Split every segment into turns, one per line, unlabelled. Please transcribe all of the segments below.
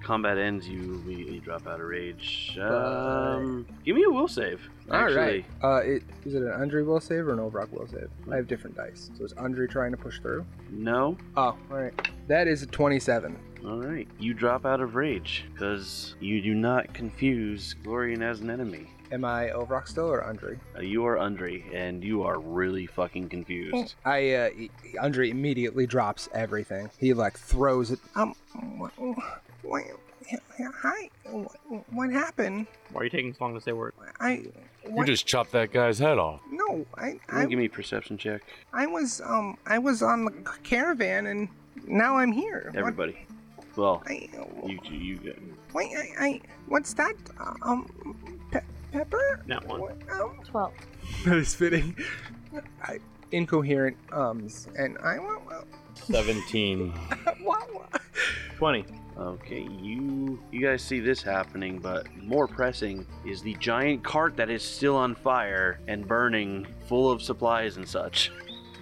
Combat ends, you immediately drop out of rage. Um, give me a will save.
All
Actually.
right. Uh, it, is it an Andre will save or an Ovrock will save? I have different dice. So it's Andre trying to push through.
No.
Oh, all right. That is a 27.
All right. You drop out of rage because you do not confuse Glorian as an enemy.
Am I Ovrock still or Andre?
Uh, you are Undry, and you are really fucking confused.
I uh, e- Andre immediately drops everything. He like throws it. Um, what, what, hi. What, what happened?
Why are you taking so long to say words?
I.
You just chopped that guy's head off.
no, I.
Can you give me a perception check,
I was um I was on the caravan and now I'm here.
everybody. Well,
Hmm?
What, I,
you you you-
wait, I, I what's that? Um, pe- pepper?
That one.
What, um,
12.
that is fitting. I, incoherent ums and I uh, wa- wa-
17.
wa- wa-
20.
Okay, you you guys see this happening, but more pressing is the giant cart that is still on fire and burning, full of supplies and such.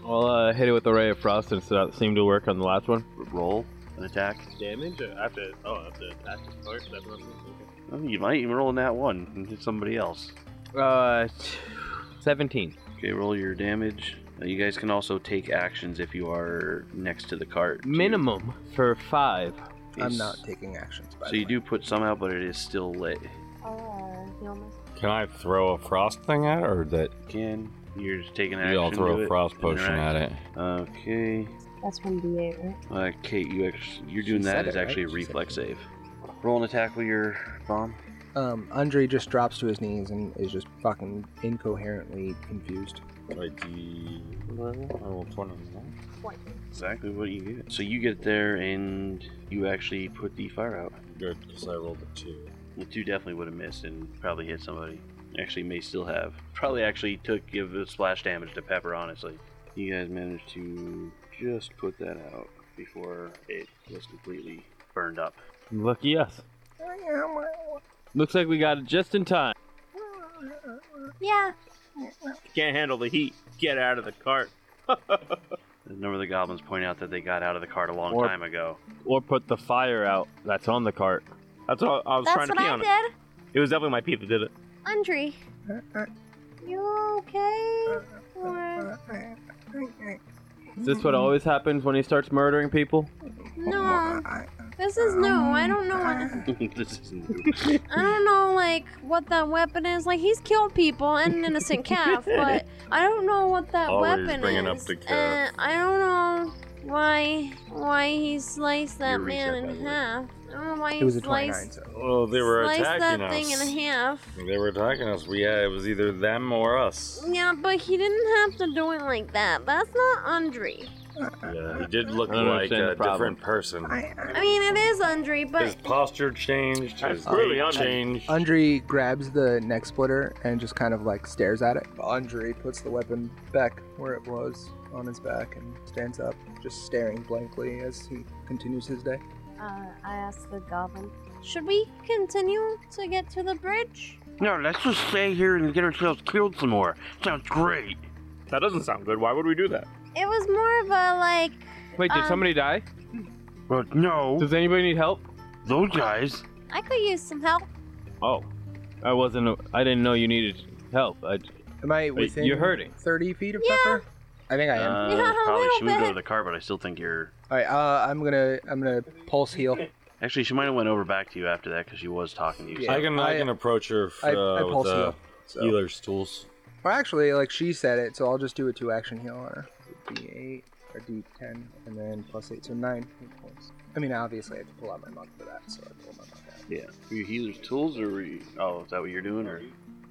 I'll uh, hit it with a ray of frost since that seemed to work on the last one.
Roll an attack.
Damage? Or after, oh, after attack. Or seven of them.
Oh, you might even roll in that one and hit somebody else.
Uh, t- 17.
Okay, roll your damage. Uh, you guys can also take actions if you are next to the cart. to-
Minimum for five.
I'm
Yes.
not taking actions. By
So
the
you
way.
do put some out, but it is still lit.
Oh, he almost.
Can I throw a frost thing at it, or that
Can you're just taking action?
we all throw
to
a
it,
frost potion
interact.
at it?
Okay.
That's from D8, right?
Uh, Kate, you ex- you're doing
She
that
said
is
it, right?
actually
She
a
said
reflex
it.
save. Roll an attack with your bomb.
Um, Andre just drops to his knees and is just fucking incoherently confused.
Like the level?
Exactly what you get. So you get there and you actually put the fire out.
Good, because I rolled a two.
The two definitely would have missed and probably hit somebody. Actually, may still have. Probably actually took give a splash damage to Pepper. Honestly, you guys managed to just put that out before it was completely burned up.
Lucky us.
uh,
Looks like we got it just in time.
Yeah.
You can't handle the heat. Get out of the cart.
A number of the goblins point out that they got out of the cart a long
Or-
time ago.
Or put the fire out that's on the cart.
That's what I I was trying
That's
to
what
pee
I
on it.
did.
It was definitely my pee that did it.
Andre, you okay? Or
Is this what always happens when he starts murdering people?
no? This is new.
um,
I don't know. What,
this is new.
I don't know like what that weapon is. Like he's killed people and an innocent calf, but I don't know what that
Always
weapon
bringing up
is.
the calf.
And I don't know why why he sliced that
Your
man
reset, by
in
the way.
half. I don't know why
It
he
was a 29,
sliced.
so
Oh, they were
sliced
attacking
that
us.
thing in half.
They were attacking us. We had, it was either them or us.
Yeah, but he didn't have to do it like that. That's not Andre.
Yeah, he did look
I don't
like
understand
uh,
a
the problem.
different person.
I mean, it is Andre,
His
but
posture changed.
That's
His
really
gait
ugly.
changed.
Andre grabs the neck splitter and just kind of like stares at it. Andre puts the weapon back where it was on his back and stands up, just staring blankly as he continues his day.
uh, I asked the goblin, should we continue to get to the bridge?
no, let's just stay here and get ourselves killed some more. Sounds great.
That doesn't sound good. Why would we do that?
It was more of a like,
Wait, did
Um,
somebody die?
But no,
Does anybody need help?
those guys.
I could use some help.
Oh, I wasn't. I didn't know you needed help. I,
Am I within
you're hurting.
30 feet of
Yeah.
Pepper? I think I am.
Uh,
Yeah, a
probably
little
she wouldn't go
bit.
to the cart, but I still think you're.
All right, uh, I'm gonna I'm gonna pulse heal.
Actually, she might have went over back to you after that because she was talking to you.
Yeah.
I can I,
I-
can approach her f-
I, I
uh,
pulse
with uh,
heal. So.
healer's tools.
Or actually, like she said it, so I'll just do a two action heal on her. D8 or D10, and then plus eight, so nine hit points. I mean, obviously, I have to pull out my monk for that, so I pull my monk out.
Yeah. Were you healer's tools, or were you, oh, is that what you're doing, or?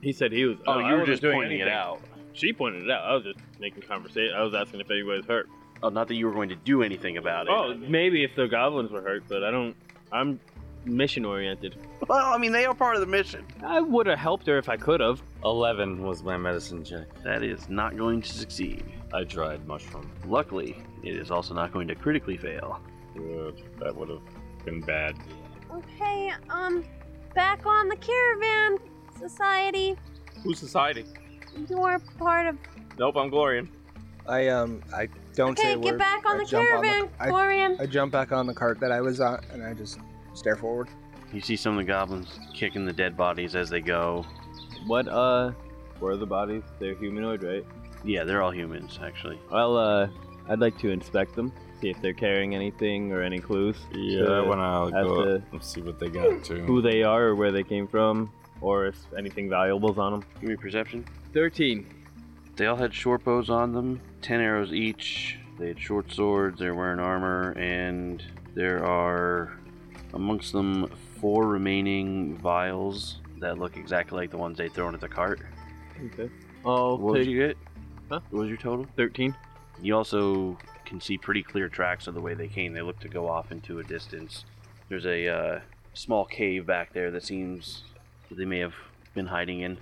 He said he was.
Oh,
I
you were
wasn't
just
doing
pointing it
anything.
out.
She pointed it out. I was just making conversation. I was asking if anybody's hurt.
Oh, not that you were going to do anything about it.
Oh, maybe if the goblins were hurt, but I don't. I'm mission oriented.
well, I mean, they are part of the mission.
I would have helped her if I could have.
Eleven was my medicine check.
That is not going to succeed.
I tried mushroom.
Luckily, it is also not going to critically fail.
Good. That would have been bad.
Okay, um, back on the caravan society.
Who's society?
You're part of.
Nope, I'm Glorian.
I um I don't say
Okay,
a
get
word.
back
I
on the
jump on the-
caravan,
I-
Glorian.
I jump back on the cart that I was on and I just stare forward.
You see some of the goblins kicking the dead bodies as they go.
What uh were the bodies? They're humanoid, right?
Yeah, they're all humans, actually.
Well, uh I'd like to inspect them, see if they're carrying anything or any clues.
Yeah, I
to
want to
as
go
to
up and see what they got
who
too.
they are or where they came from or if anything valuable's on them.
Give me a perception.
13.
They all had short bows on them, 10 arrows each. They had short swords, they're wearing armor, and there are amongst them four remaining vials that look exactly like the ones they'd thrown at the cart.
Okay. I'll
What did
take
you get?
Huh?
What was your total?
13.
You also can see pretty clear tracks of the way they came. They look to go off into a distance. There's a uh, small cave back there that seems that they may have been hiding in.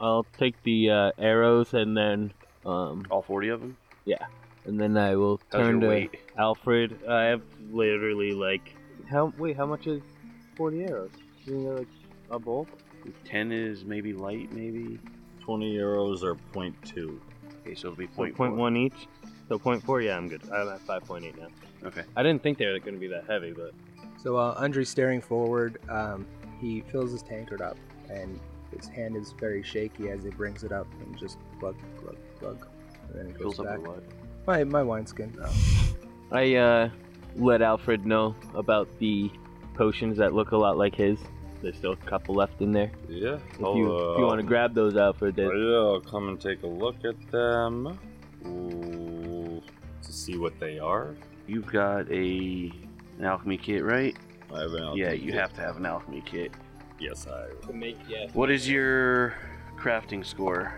I'll take the uh, arrows and then um
All 40 of them?
and then I will
How's your
turn to
weight?
Alfred. I have literally like how wait, how much is 40 arrows? Isn't that like a bulk?
10 is maybe light, maybe?
20 euros or 0.2.
Okay, so it'll be
So
point,
point, point one each. So point four, yeah, I'm good. I'm at five point eight now.
Okay.
I didn't think they were going to be that heavy, but
So uh, Andre's staring forward. Um, he fills his tankard up, and his hand is very shaky as he brings it up and just plug, plug, plug, and then it goes
Fills up
back.
with what?
My my wineskin. Oh.
I uh, let Alfred know about the potions that look a lot like his. There's still a couple left in there.
Yeah. Oh, uh,
If you if you want to grab those, Alfred,
Yeah,
then
I'll come and take a look at them. Ooh, to see what they are.
You've got a an alchemy kit, right?
I have an
yeah,
alchemy
you
kit.
have to have an alchemy kit.
Yes, I.
to make yeah.
What is your crafting score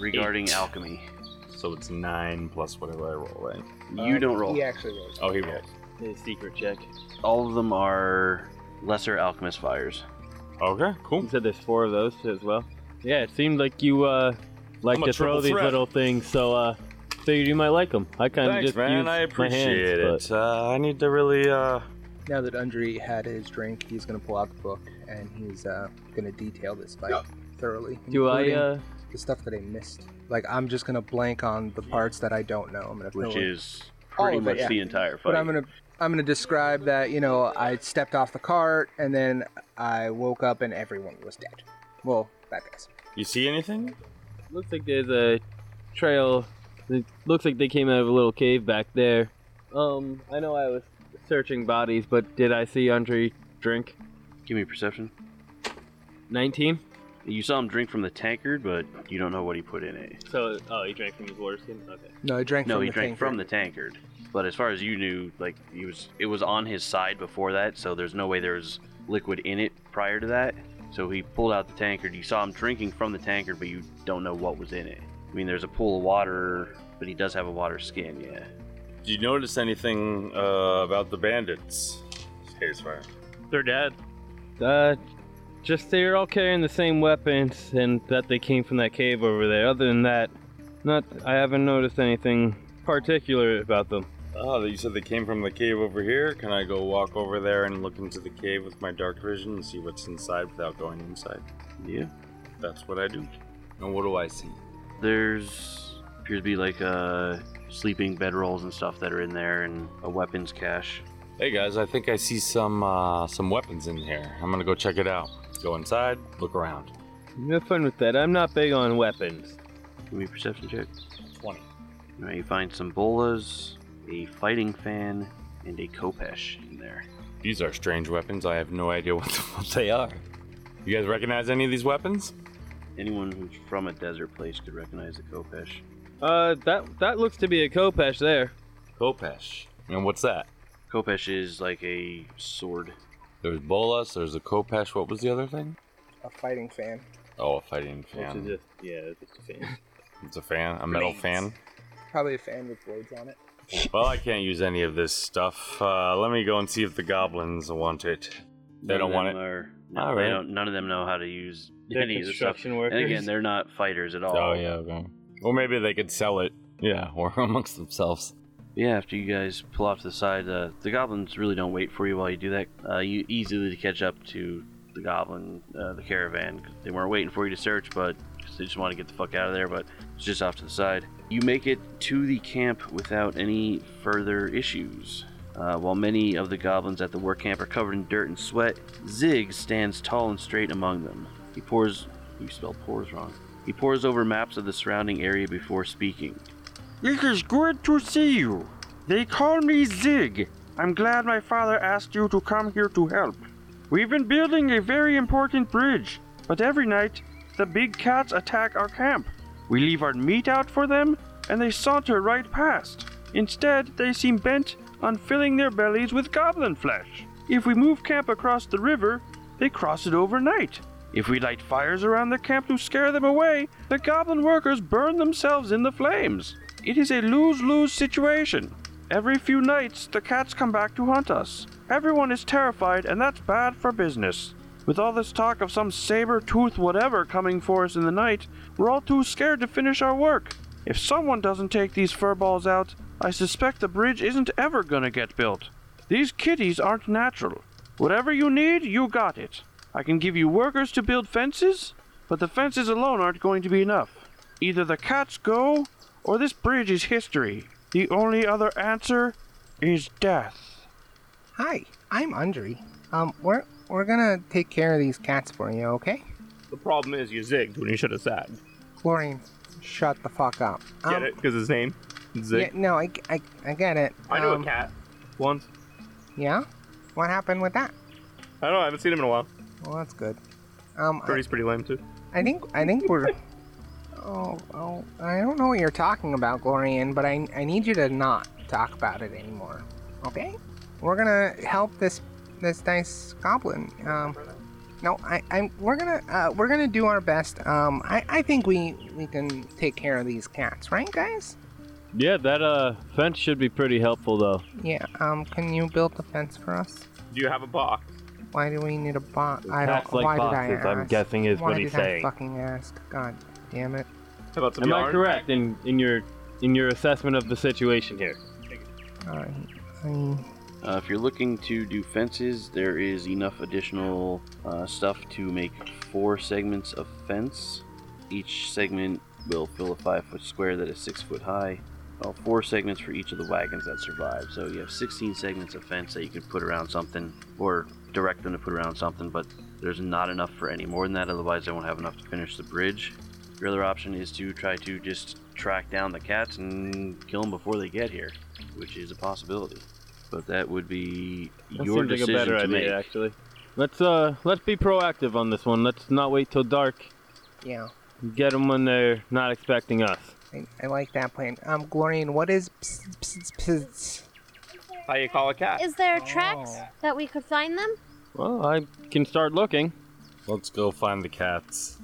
regarding
Eight.
alchemy?
So it's nine plus whatever I roll, right?
Uh,
you don't roll.
He actually rolls.
Oh, he rolled.
secret check.
All of them are lesser alchemist fires.
Okay, cool.
You said there's four of those as well. Oh. Yeah, it seemed like you uh, like
I'm a
to throw
triple
these
threat.
little things, so uh, figured you might like them. I kind of
Thanks,
just
man.
use
I appreciate
my hands,
it. Uh, I need to really. uh...
Now that Andre had his drink, he's gonna pull out the book and he's uh, gonna detail this fight thoroughly.
But do I?
including
Uh,
the stuff that I missed? Like I'm just gonna blank on the parts that I don't know. I'm gonna
which
fill in.
is
All
pretty
of it,
much
yeah.
the entire fight.
But I'm gonna I'm gonna describe that you know I stepped off the cart and then I woke up and everyone was dead. Well, that guy's.
You see anything?
Looks like there's a trail. It looks like they came out of a little cave back there. Um, I know I was searching bodies, but did I see Andre drink?
Give me perception.
19?
You saw him drink from the tankard, but you don't know what he put in it.
So, oh, he drank from his water skin? Okay.
No, I drank.
No,
from
he
the
drank
tank.
from the tankard. But as far as you knew, like he was, it was on his side before that, so there's no way there was liquid in it prior to that. So he pulled out the tankard. You saw him drinking from the tankard, but you don't know what was in it. I mean, there's a pool of water, but he does have a water skin. Yeah,
Do you notice anything uh, about the bandits? Here's where.
They're dead.
Uh, just they're all carrying the same weapons and that they came from that cave over there. Other than that, not, I haven't noticed anything particular about them.
Oh, you said they came from the cave over here. Can I go walk over there and look into the cave with my dark vision and see what's inside without going inside?
yeah.
That's what I do. And what do I see?
There's appears to be like uh, sleeping bedrolls and stuff that are in there, and a weapons cache.
Hey guys, I think I see some uh, some weapons in here. I'm gonna go check it out. Go inside, look around.
No fun with that. I'm not big on weapons.
Give me a perception check.
Twenty.
All right, you find some bolas, a fighting fan, and a kopesh in there.
These are strange weapons. I have no idea what the fuck they are. You guys recognize any of these weapons?
Anyone who's from a desert place could recognize the Kopesh.
Uh, that that looks to be a Kopesh there.
Kopesh. And what's that?
Kopesh is like a sword.
There's bolas. There's a kopesh. What was the other thing?
A fighting fan.
Oh, a fighting
Which is
fan.
just yeah, it's just a fan.
It's a fan. A metal
Blades.
fan.
Probably a fan with blades on it.
Well, I can't use any of this stuff. Uh, let me go and see if the goblins want it. They
None
don't
of
want
them
it.
Are, no,
All
They
right.
don't, none of them know how to use any of this stuff.
construction
And again, they're not fighters
uh,
at all.
Oh yeah, okay. Or maybe they could sell it. Yeah, or amongst themselves.
Yeah, after you guys pull off to the side, uh, the goblins really don't wait for you while you do that. Uh, you easily catch up to the goblin, uh, the caravan. 'cause They weren't waiting for you to search, but because they just want to get the fuck out of there, but it's just off to the side. You make it to the camp without any further issues. Uh, while many of the goblins at the work camp are covered in dirt and sweat, Zig stands tall and straight among them. He pours. You spelled pours wrong. He pours over maps of the surrounding area before speaking.
It is good to see you. They call me Zig. I'm glad my father asked you to come here to help. We've been building a very important bridge, but every night the big cats attack our camp. We leave our meat out for them, and they saunter right past. Instead, they seem bent on filling their bellies with goblin flesh. If we move camp across the river, they cross it overnight. If we light fires around the camp to scare them away, the goblin workers burn themselves in the flames. It is a lose lose situation. Every few nights, the cats come back to hunt us. Everyone is terrified, and that's bad for business. With all this talk of some saber tooth whatever coming for us in the night, we're all too scared to finish our work. If someone doesn't take these furballs out, I suspect the bridge isn't ever gonna get built. These kitties aren't natural. Whatever you need, you got it. I can give you workers to build fences, but the fences alone aren't going to be enough. Either the cats go, or this bridge is history. The only other answer is death.
Hi, I'm Andre. Um, we're we're gonna take care of these cats for you, okay?
The problem is you zigged when you should have sat.
Chlorine, shut the fuck up.
Get
Um,
it? Because his name?
Yeah,
Zig.
no, I, g- I, I get it.
I knew
Um,
a cat once.
Yeah? What happened with that?
I don't know. I haven't seen him in a while.
Well, that's good. Um,
Heard he's pretty lame too.
I think I think we're. Oh, oh, I don't know what you're talking about, Glorian, but I, I need you to not talk about it anymore. Okay? We're gonna help this this nice goblin. Um, no, I, I'm. We're gonna uh, we're gonna do our best. Um, I, I think we we can take care of these cats, right, guys?
Yeah, that uh fence should be pretty helpful though.
Yeah. Um, can you build the fence for us?
Do you have a box?
Why do we need a box? I don't.
Cats like
why
boxes,
did I ask?
I'm guessing is
why
what he's
did I
saying.
fucking ask? God damn it.
How about some
Am
yarn?
I correct in, in your in your assessment of the situation here?
Uh, I,
Uh, if you're looking to do fences, there is enough additional uh, stuff to make four segments of fence. Each segment will fill a five foot square that is six foot high. Well, four segments for each of the wagons that survive. So you have 16 segments of fence that you could put around something or direct them to put around something, but there's not enough for any more than that, otherwise, they won't have enough to finish the bridge. Your other option is to try to just track down the cats and kill them before they get here, which is a possibility. But that would be
That
your
seems like
decision
a better
to
idea,
make.
actually. Let's uh let's be proactive on this one. Let's not wait till dark.
yeah.
Get them when they're not expecting us.
I, I like that plan. Um, Glorian, what is ps- ps- ps- ps-
How you call a cat?
Is
Oh.
there tracks that we could find them?
Well, I can start looking.
Let's go find the cats.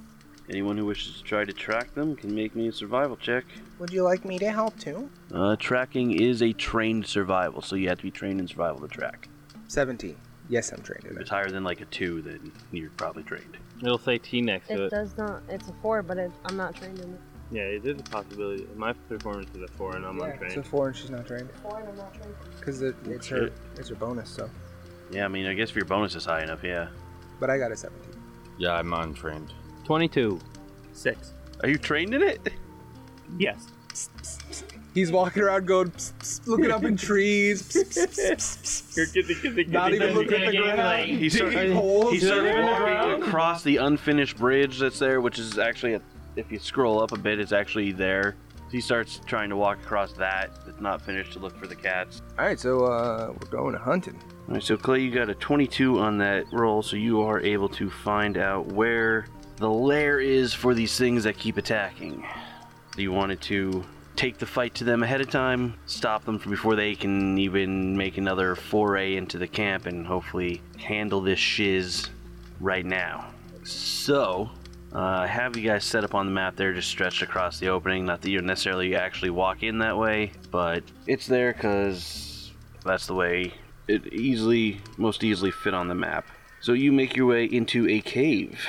Anyone who wishes to try to track them can make me a survival check.
Would you like me to help too?
Uh, tracking is a trained survival, so you have to be trained in survival to track.
Seventeen. Yes, I'm trained
If it's higher than like a two, then you're probably trained.
It'll say T next to
It
it.
does not. It's a four, but it, I'm not trained in it.
Yeah, it is a possibility. My performance is a four, and I'm
It's a
untrained.
four, and she's not trained
Four, and I'm not trained.
because it, it's her it's her bonus. So,
Yeah, I mean, I guess if your bonus is high enough, yeah.
but I got a seventeen.
Yeah, I'm untrained.
Twenty-two.
Six.
Are you trained in it?
Yes.
He's walking around going, pss, pss, looking up in trees, pss, pss, pss,
You're
pss, pss.
kicking, kicking,
not
kicking,
even
kicking,
looking at the
kicking,
ground.
kicking.
He started,
Digging holes
he
in the
started
ground.
walking across the unfinished bridge that's there, which is actually, a, if you scroll up a bit, it's actually there. He starts trying to walk across that. It's not finished to look for the cats.
All right, so uh, we're going hunting.
All right, so Clay, you got a 22 on that roll, so you are able to find out where the lair is for these things that keep attacking. You wanted to take the fight to them ahead of time, stop them from before they can even make another foray into the camp, and hopefully handle this shiz right now. So, uh, I have you guys set up on the map there, just stretched across the opening. Not that you necessarily actually walk in that way, but it's there because that's the way it easily, most easily fit on the map. So you make your way into a cave.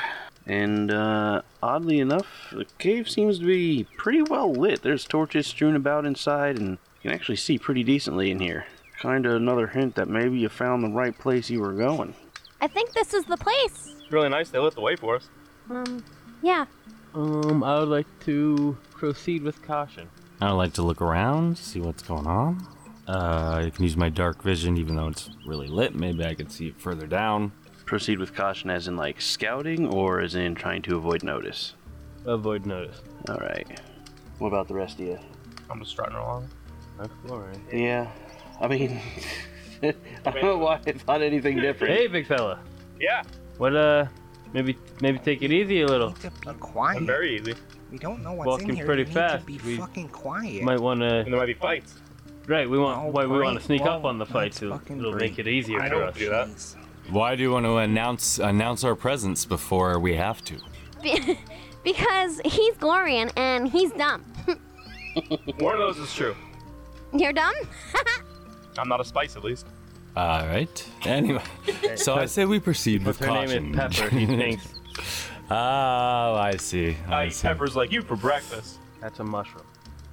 And uh, oddly enough, the cave seems to be pretty well lit. There's torches strewn about inside, and you can actually see pretty decently in here. Kind of another hint that maybe you found the right place you were going.
I think this is the place.
It's really nice. They lit the way for us.
Um, yeah.
Um, I would like to proceed with caution.
I like to look around, see what's going on. Uh, I can use my dark vision, even though it's really lit. Maybe I could see it further down.
Proceed with caution, as in like scouting, or as in trying to avoid notice.
Avoid notice.
All right. What about the rest of you?
I'm just strutting along.
Exploring.
Yeah. I mean, I don't know why I thought anything different.
Hey, big fella.
Yeah,
What? Uh, maybe maybe take it easy a little.
need to be
I'm
quiet.
very easy.
we don't know what's
walking
in here.
pretty
we
fast.
Need to be
We
fucking quiet.
Might want
And
to.
there might be fights.
Right. We want.
No,
why we want
great.
to sneak up
Well,
on the fight
let's
to.
fucking
It'll make
breathe.
it easier
I
for
don't
us.
do that.
Jeez.
Why do you want to announce announce our presence before we have to?
Be- because he's Glorian and he's dumb.
One of those is true.
You're dumb?
I'm not a spice, at least.
All right. Anyway, so I say we proceed
If
with
her name
caution.
is Pepper, he thinks
Oh, I see.
I,
I
eat
see.
peppers like you for breakfast.
that's a mushroom.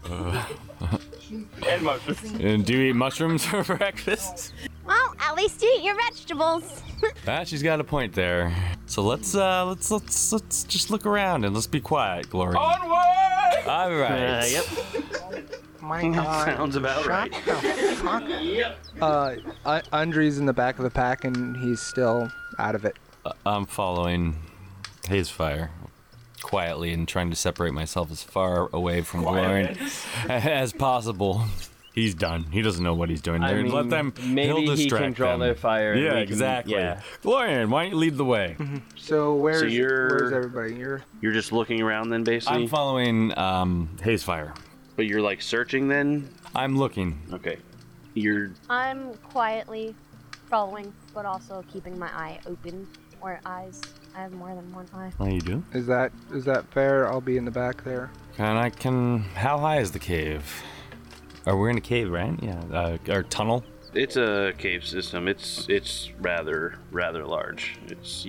And mushrooms.
And Uh, do you eat mushrooms for breakfast?
Well, at least you eat your vegetables.
Ah, she's got a point there. So let's uh let's let's let's just look around and let's be quiet, Glory.
Onward!
All right.
Uh, yep.
My God.
Sounds about
Shut
right.
the fuck up.
Uh, I- Andre's in the back of the pack and he's still out of it.
I'm following Haze Fire quietly and trying to separate myself as far away from Glorin as possible. He's done. He doesn't know what he's doing.
I
They're-
mean,
Let them.
maybe
he'll
he
distract
can draw
them.
their fire. and
Yeah,
we can-
exactly.
yeah.
Glorin, why don't you lead the way?
So where's
you're-
where's everybody? You're
You're just looking around then, basically.
I'm following um, Haze Fire.
but you're like searching then.
I'm looking.
Okay. You're
I'm quietly following, but also keeping my eye open. Or eyes. I have more than one eye.
How Oh, you do?
is that is that fair? I'll be in the back there.
And I can. How high is the cave? Are we in a cave, right? Yeah. Uh, or tunnel?
it's a cave system. It's it's rather rather large. It's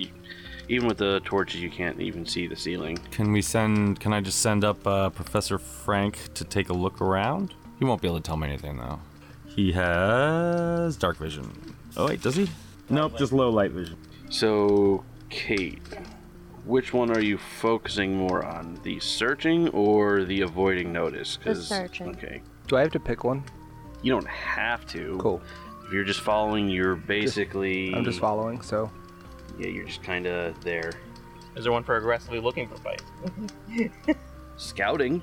even with the torches you can't even see the ceiling.
Can we send? Can I just send up uh, Professor Frank to take a look around? He won't be able to tell me anything though. He has dark vision. Oh wait, does he?
Nope, just low light vision.
So, Kate, which one are you focusing more on? The searching or the avoiding notice?
The
'Cause-
searching.
Okay.
Do I have to pick one?
You don't have to.
Cool.
If you're just following, you're basically.
I'm just following. So
Yeah, you're just kind of there.
Is there one for aggressively looking for fights?
Scouting.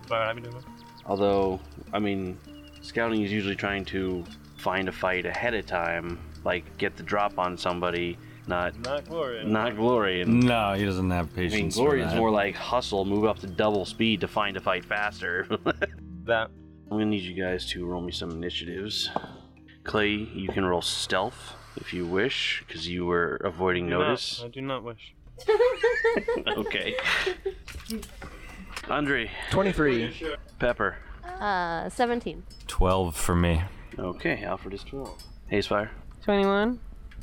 That's what I've been doing.
Although, I mean, scouting is usually trying to find a fight ahead of time, like get the drop on somebody, not
Not Gloria.
not glory. And,
No, he doesn't have
I mean,
patience. for
glory is
that.
more like hustle, move up to double speed to find a fight faster.
That.
I'm gonna need you guys to roll me some initiatives. Clay, you can roll stealth if you wish, because you were avoiding notice.
I do not wish.
okay. Andre,
23.
Pepper.
Uh, 17.
twelve for me.
Okay, Alfred is 12. Hazefire.
21.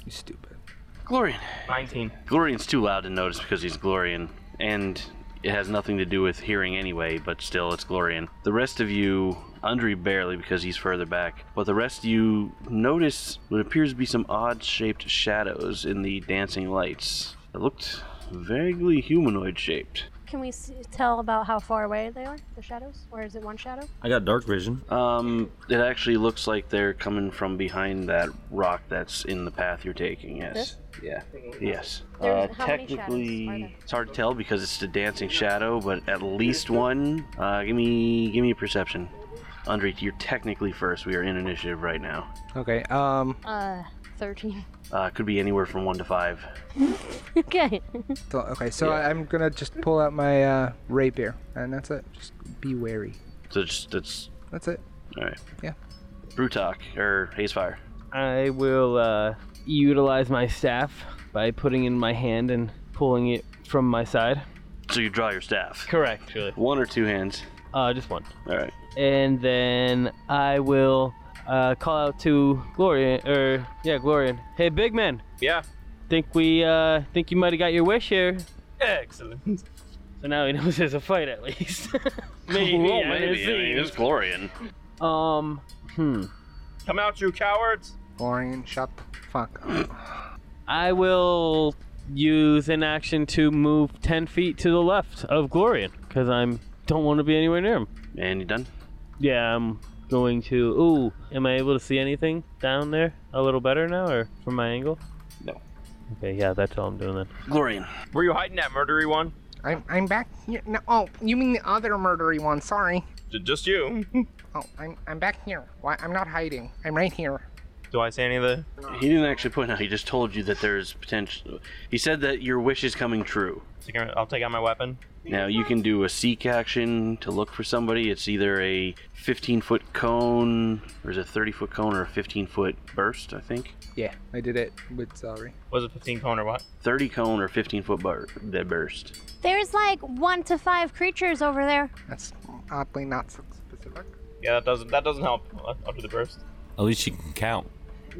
You stupid.
Glorian.
19.
Glorian's too loud to notice because he's Glorian, and it has nothing to do with hearing anyway, but still, it's Glorian. The rest of you, Andre barely because he's further back, but the rest of you notice what appears to be some odd shaped shadows in the dancing lights. It looked vaguely humanoid shaped.
Can we s tell about how far away they are, the shadows? Or is it one shadow?
I got dark vision.
Um, it actually looks like they're coming from behind that rock that's in the path you're taking. Yes. Yeah. Yes. Uh,
There's- how many
technically,
shadows are there?
it's hard to tell because it's the dancing shadow, but at least one. Uh, give me, give me a perception. Andre, you're technically first. We are in initiative right now.
Okay. Um.
Uh, 13.
Uh, could be anywhere from one to five.
okay.
so- okay. So I'm gonna just pull out my uh, rapier, and that's it. Just be wary.
So just that's
That's it.
all right.
Yeah.
Brutok or Hazefire.
I will uh, utilize my staff by putting in my hand and pulling it from my side.
So you draw your staff.
Correct. Really.
One or two hands.
Uh, just one.
All right.
And then I will uh, call out to Gloria, or yeah, Glorian. Hey, big man.
Yeah.
Think we uh, think you might have got your wish here.
Excellent.
So now he knows there's a fight at least.
Maybe.
I
maybe. I mean, it's Glorian.
um. Hmm.
Come out, you cowards!
Glorian, shut the fuck up.
I will use an action to move 10 feet to the left of Glorian because I'm don't want to be anywhere near him.
And you done?
Yeah, I'm going to. Ooh, am I able to see anything down there a little better now, or from my angle?
No.
Okay, yeah, that's all I'm doing then.
Glorian.
Were you hiding that murdery one?
I'm, I'm back here. No, oh, you mean the other murdery one? Sorry.
J- just you.
Oh, I'm, I'm back here. Why? I'm not hiding. I'm right here.
Do I see any of the?
He didn't actually point out. He just told you that there's potential. He said that your wish is coming true.
Take out- I'll take out my weapon.
Now you can do a seek action to look for somebody. It's either a 15 foot cone, or is it 30 foot cone, or a 15 foot burst? I think
Yeah, I did it with celery.
Was it 15 cone or what?
30 cone or 15 foot bur- that burst.
There's like one to five creatures over there.
That's oddly not so specific.
Yeah, that doesn't that doesn't help uh, after the burst.
At least you can count.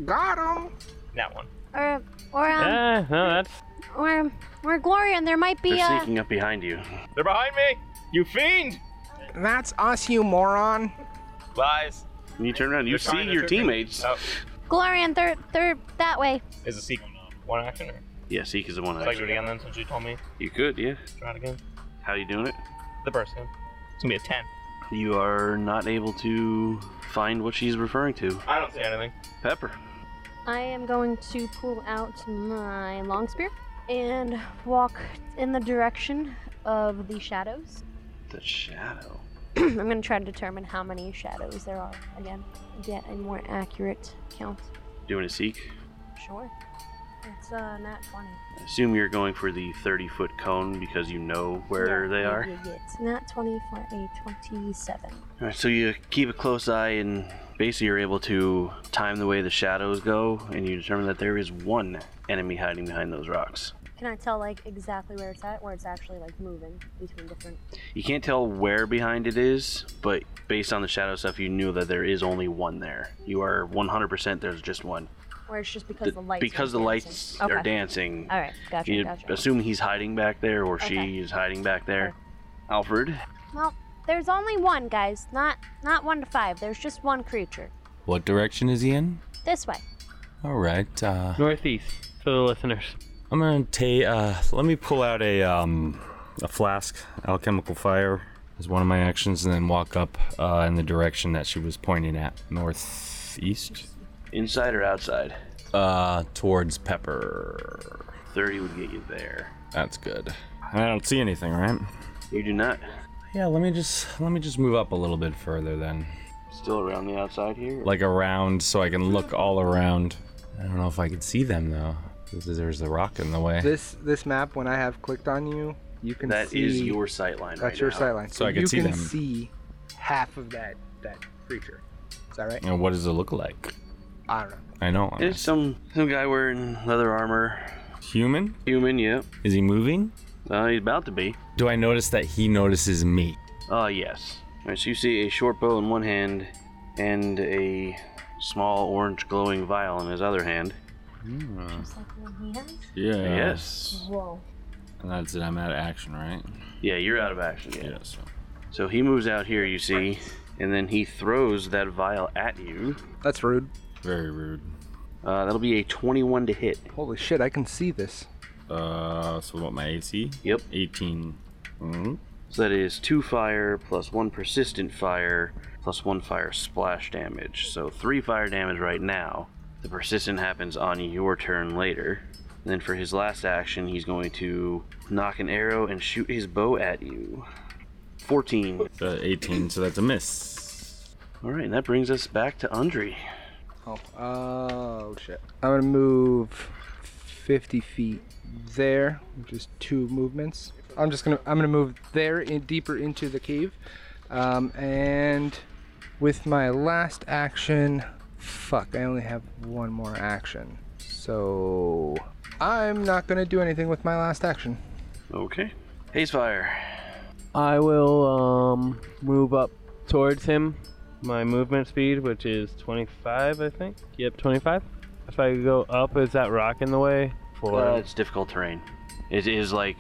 Got him.
That one.
Or, or, um,
Yeah, Ah, no, that's
or, or Gloria, and there might be uh,
They're
a.
sneaking up behind you.
They're behind me. You fiend!
That's us, you moron.
Lies.
And you turn around, you
They're
see
trying to
your
trick me.
teammates.
Oh,
Glorian, they're, they're that way.
is a sequel. One action or?
Yeah, seek is the one.
Should I do it
Action.
again then since you told me?
You could, yeah.
Try it again.
How you doing it?
The burst again. It's gonna be a 10.
You are not able to find what she's referring to.
I don't see anything.
Pepper.
I am going to pull out my long spear and walk in the direction of the shadows.
The shadow.
I'm going to try to determine how many shadows there are again. Get a more accurate count.
Doing a seek.
Sure. It's uh, not 20.
I assume you're going for the 30 foot cone because you know where
Yeah,
they
yeah,
are.
yeah, yeah. It's not 20 for a 27.
All right, so you keep a close eye, and basically you're able to time the way the shadows go, and you determine that there is one enemy hiding behind those rocks.
Can I tell like exactly where it's at, where it's actually like moving between different?
You can't tell where behind it is, but based on the shadow stuff, you knew that there is only one there. You are 100% there's just one.
Or it's just because the, lights.
because
are
the
dancing?
lights
okay.
are dancing,
All right, gotcha,
you
gotcha.
assume he's hiding back there, or
Okay.
she is hiding back there. Alfred,
Well, there's only one, guys. Not not one to five. There's just one creature.
What direction is he in?
This way.
All right. Uh,
northeast for the listeners.
I'm gonna take. Uh, let me pull out a um, a flask, alchemical fire, is one of my actions, and then walk up uh, in the direction that she was pointing at, northeast,
inside or outside?
uh, towards Pepper.
30 would get you there.
That's good. And I don't see anything, right?
You do not.
Yeah. Let me just let me just move up a little bit further then,
Still around the outside here?
like around, so I can look all around. I don't know if I can see them though. 'cause There's the rock in the way,
This this map, when I have clicked on you, you can
That is
see
your sight line
that's
right
your
now.
sight line.
So I can
you
see
can
them.
see half of that that creature. Is that right?
and what does it look like?
I don't know.
I know. I'm
There's some some guy wearing leather armor.
human.
Human, yeah.
Is he moving?
Uh, he's about to be.
Do I notice that he notices me?
Uh, yes. All right, so you see a short bow in one hand and a small orange glowing vial in his other hand.
Just like the one he has.
Yeah.
Yes.
Whoa.
And that's it. I'm out of action, right?
Yeah, you're out of action. Yeah.
Yes.
So he moves out here, you see, and then he throws that vial at you.
That's rude.
Very rude.
Uh, that'll be a 21 to hit.
Holy shit! I can see this.
Uh, so what? My AC?
Yep.
18. Mm-hmm.
So that is two fire plus one persistent fire plus one fire splash damage. So three fire damage right now. The persistent happens on your turn later. And then for his last action, he's going to knock an arrow and shoot his bow at you. 14.
So 18. So that's a miss.
All right, and that brings us back to Undri.
Oh. Oh shit. I'm gonna move 50 feet there, which is two movements. I'm just gonna I'm gonna move there in deeper into the cave, um, and with my last action, fuck, I only have one more action, so I'm not gonna do anything with my last action.
Okay. Hazefire.
I will um move up towards him. My movement speed, which is 25, I think. Yep, 25. If I go up, is that rock in the way? For
Uh, it's difficult terrain. It is like.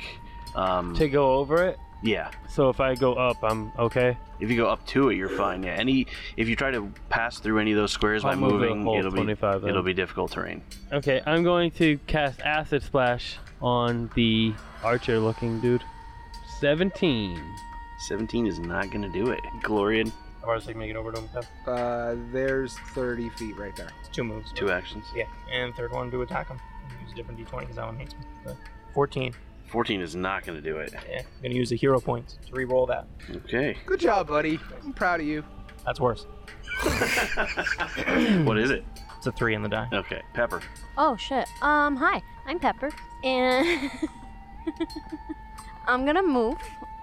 Um,
to go over it.
Yeah.
So if I go up, I'm okay.
If you go up to it, you're fine. Yeah. Any if you try to pass through any of those squares by
I'll move the
moving,
whole
it'll be
25 then.
it'll be difficult terrain.
Okay, I'm going to cast Acid Splash on the archer looking dude. 17.
17 is not going to do it. Glorian,
How far does it make it over to him? Kev?
Uh, there's 30 feet right there.
Two moves.
two actions.
Yeah, and third one to attack him. Use a different d20 because that one hates me. But 14.
14 is not going to do it.
Yeah, I'm gonna use the hero points to re-roll that.
Okay.
Good job, buddy. I'm proud of you.
That's worse.
what is it?
It's a three on the die.
Okay, Pepper.
Oh shit. Um, hi, I'm Pepper, and I'm gonna move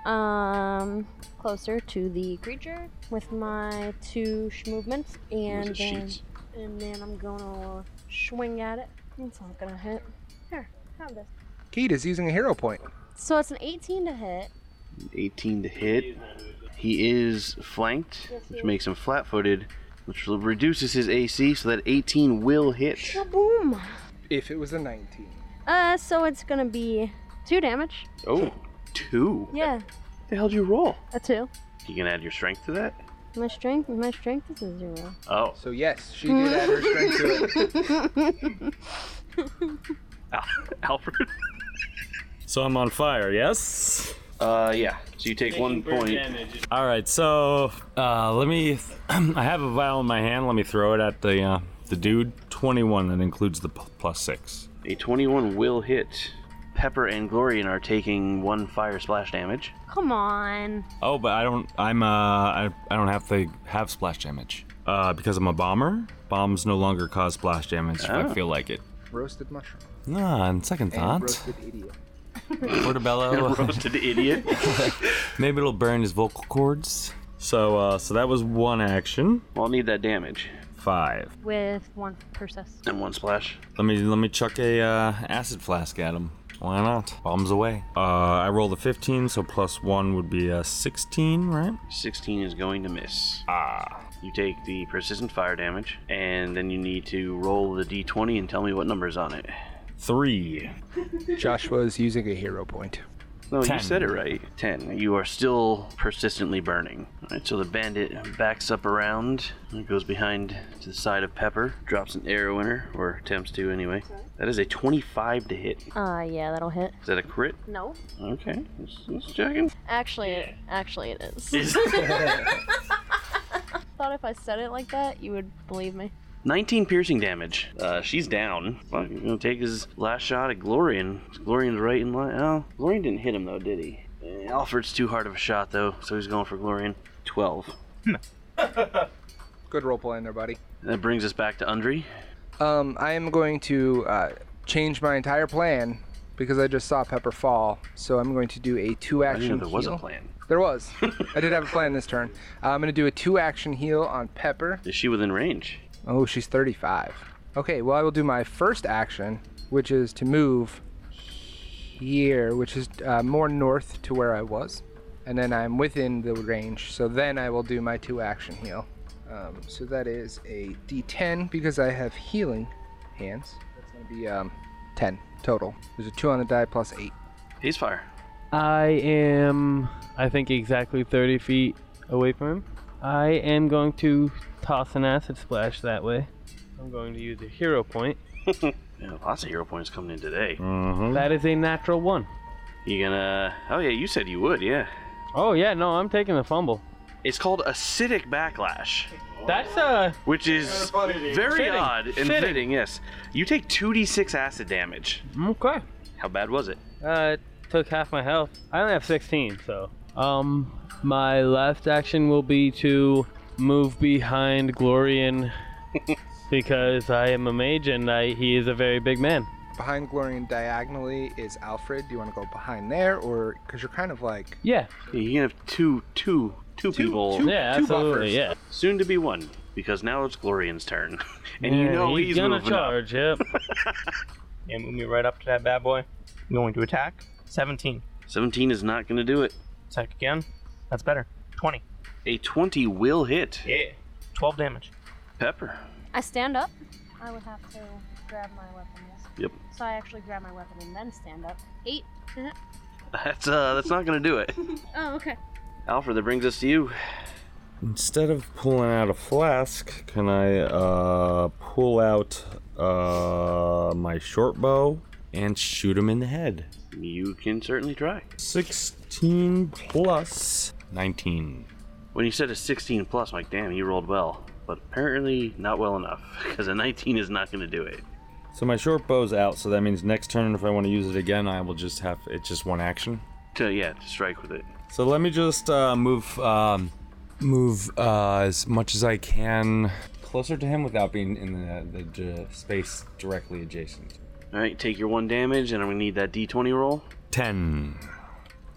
um closer to the creature with my two sh- movements, and
it,
then
sheets?
and then I'm gonna swing at it. It's not gonna hit. Here, have this.
Keat is using a hero point.
So it's an 18 to hit.
18 to hit. He is flanked,
Yes, he
which
is.
makes him flat-footed, which reduces his AC so that 18 will hit.
Shaboom!
If it was a 19.
Uh, so it's gonna be two damage.
Oh, two.
Yeah,
The hell did you roll?
a two.
You can add your strength to that.
My strength, my strength is a zero.
Oh.
So yes, she did add her strength to it.
Al- Alfred.
So I'm on fire, yes?
Uh, yeah. So you take one point.
All right, so uh, let me. I have a vial in my hand. Let me throw it at the uh, the dude. Twenty-one. That includes the p- plus six.
A 21 will hit. Pepper and Glorian are taking one fire splash damage.
Come on.
Oh, but I don't. I'm. Uh, I, I don't have to have splash damage. Uh, because I'm a bomber. Bombs no longer cause splash damage. if
Oh.
I feel like it.
Roasted mushroom.
Nah, on Ah, second
And
thought,
roasted idiot.
portobello.
Roasted idiot.
Maybe it'll burn his vocal cords. So, uh, so that was one action.
Well, I'll need that damage.
Five.
With one persist.
And one splash.
Let me let me chuck a uh, acid flask at him. Why not? Bombs away. Uh, I rolled a 15, so plus one would be a 16, right?
16 is going to miss. Ah. You take the persistent fire damage, and then you need to roll the d20 and tell me what number's on it.
Three.
Joshua is using a hero point.
No,
Ten.
you said it right. 10. You are still persistently burning. Alright, so the bandit backs up around, and goes behind to the side of Pepper, drops an arrow in her, or attempts to anyway. That is a 25 to hit.
Uh, yeah, that'll hit.
Is that a crit?
No.
Okay, let's, let's check it.
Actually, it, actually, it is.
Is-
Thought if I said it like that, you would believe me.
19 piercing damage. Uh, she's down. Fuck, he's gonna take his last shot at Glorian. Glorian's right in line. Oh, Glorian didn't hit him though, did he? Eh, Alfred's too hard of a shot though, so he's going for Glorian. 12.
Good role playing there, buddy.
That brings us back to Undri.
Um, I am going to uh, change my entire plan because I just saw Pepper fall. So I'm going to do a two
I didn't know
action.
there was a
heal.
plan.
There was. I did have a plan this turn. Uh, I'm going to do a two action heal on Pepper.
Is she within range?
Oh, she's 35. Okay, well, I will do my first action, which is to move here, which is uh, more north to where I was. And then I'm within the range, so then I will do my two action heal. Um, so that is a d10 because I have healing hands. That's going to be um, 10 total. There's a 2 on the die plus 8.
He's fire.
I am, I think, exactly 30 feet away from him. I am going to toss an acid splash that way. I'm going to use a hero point.
Yeah, lots of hero points coming in today.
Mm. That is a natural one.
You gonna. Oh, yeah, you said you would, yeah.
Oh, yeah, no, I'm taking the fumble.
It's called acidic backlash.
That's uh, a.
Which is very
Fitting.
odd and
Fitting.
fitting. yes. You take 2d6 acid damage.
Okay.
How bad was it?
Uh, it took half my health. I only have 16, so. Um, my last action will be to move behind Glorian because I am a mage and I, he is a very big man.
Behind Glorian diagonally is Alfred. Do you want to go behind there, or because you're kind of like
Yeah.
You can have two, two, two people.
two- Yeah, two absolutely, buffers. yeah.
Soon to be one, because now it's Glorian's turn. and you
Yeah,
know he's,
he's gonna
moving up.
charge, yep.
Yeah, move me right up to that bad boy. I'm going to attack. 17.
17 is not going to do it.
Attack again. That's better. 20.
A 20 will hit.
Yeah. 12 damage.
Pepper.
I stand up. I would have to grab my weapon. Yes.
Yep.
So I actually grab my weapon and then stand up. Eight.
That's uh, that's not gonna do it.
Oh, okay.
Alfred, that brings us to you.
Instead of pulling out a flask, can I uh, pull out uh, my short bow and shoot him in the head?
You can certainly try.
16 plus 19.
When you said a 16 plus, I'm like, damn, you rolled well, but apparently not well enough because a 19 is not gonna do it.
So my short bow's out, so that means next turn, if I want to use it again, I will just have it's just one action.
So yeah, to strike with it.
So let me just uh, move um, move uh, as much as I can closer to him without being in the, the, d- space directly adjacent.
All right, take your one damage, and I'm gonna need that D20 roll.
Ten.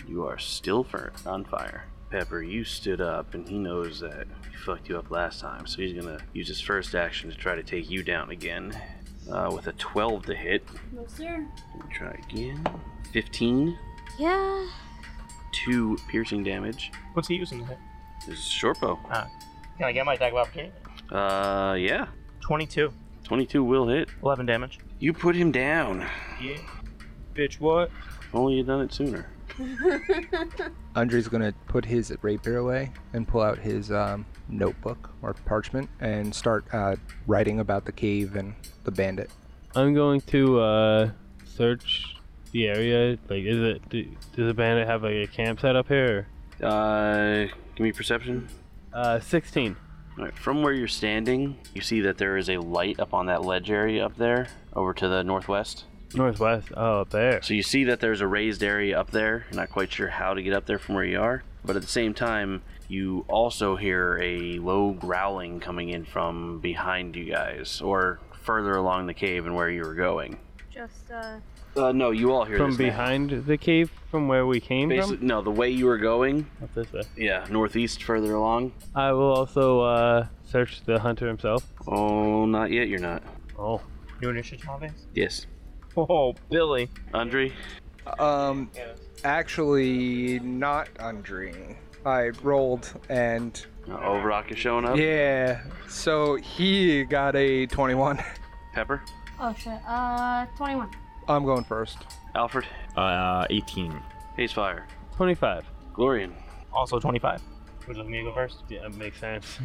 You are still fir- on fire. Pepper, you stood up, and he knows that he fucked you up last time, so he's gonna use his first action to try to take you down again uh, with a 12 to hit.
No, sir.
Let me try again. 15,
Yeah.
2 piercing damage.
What's he using? there?
This is short bow.
Ah. Can I get my attack of opportunity?
Uh, yeah.
22.
22 will hit.
11 damage.
You put him down.
Yeah. Bitch, what?
If only you'd done it sooner.
Andre's gonna put his rapier away and pull out his um, notebook or parchment and start uh, writing about the cave and the bandit.
I'm going to uh, search the area. Like, is it do, does the bandit have like a camp set up here?
Uh, give me perception.
Uh, 16.
All right, from where you're standing, you see that there is a light up on that ledge area up there, over to the northwest.
Northwest. Oh, up there.
So you see that there's a raised area up there. You're not quite sure how to get up there from where you are, but at the same time, you also hear a low growling coming in from behind you guys, or further along the cave and where you were going.
Just uh.
Uh, no, you all hear
From
this now.
behind the cave, from where we came
Basically, no, the way you were going,
from. Up this way.
yeah, northeast, further along.
I will also uh, search the hunter himself.
Oh, not yet. You're not.
Oh,
New initiative, Holidays?
Yes,
Oh, Billy.
Andre.
Um, actually, not Andre. I rolled and
Uh, Overrock is showing up.
yeah, so he got a 21.
Pepper.
Oh shit. Uh, 21.
I'm going first.
Alfred.
Uh, 18.
Haze fire.
25.
Glorian.
Also 25. Would you like me to go first?
Yeah, it makes sense.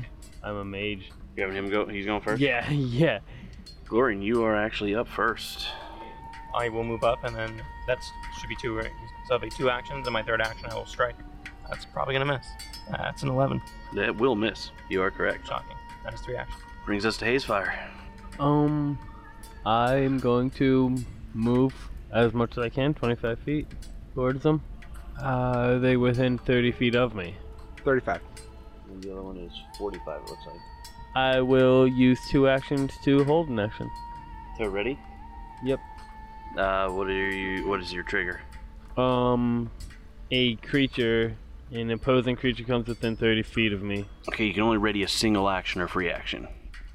I'm a mage.
You having him go? He's going first.
Yeah, yeah.
Glorian, you are actually up first.
I will move up, and then that's should be two, right? So that'll be two actions, and my third action I will strike. That's probably gonna miss. That's an 11.
That will miss. You are correct.
Shocking. That is three actions.
Brings us to Hazefire.
Um, I'm going to move as much as I can, 25 feet, towards them. Uh, are they within 30 feet of me?
35.
And the other one is 45, it looks like.
I will use two actions to hold an action.
So ready?
Yep.
Uh, what are you? What is your trigger?
Um, a creature, an opposing creature comes within 30 feet of me.
Okay, you can only ready a single action or free action.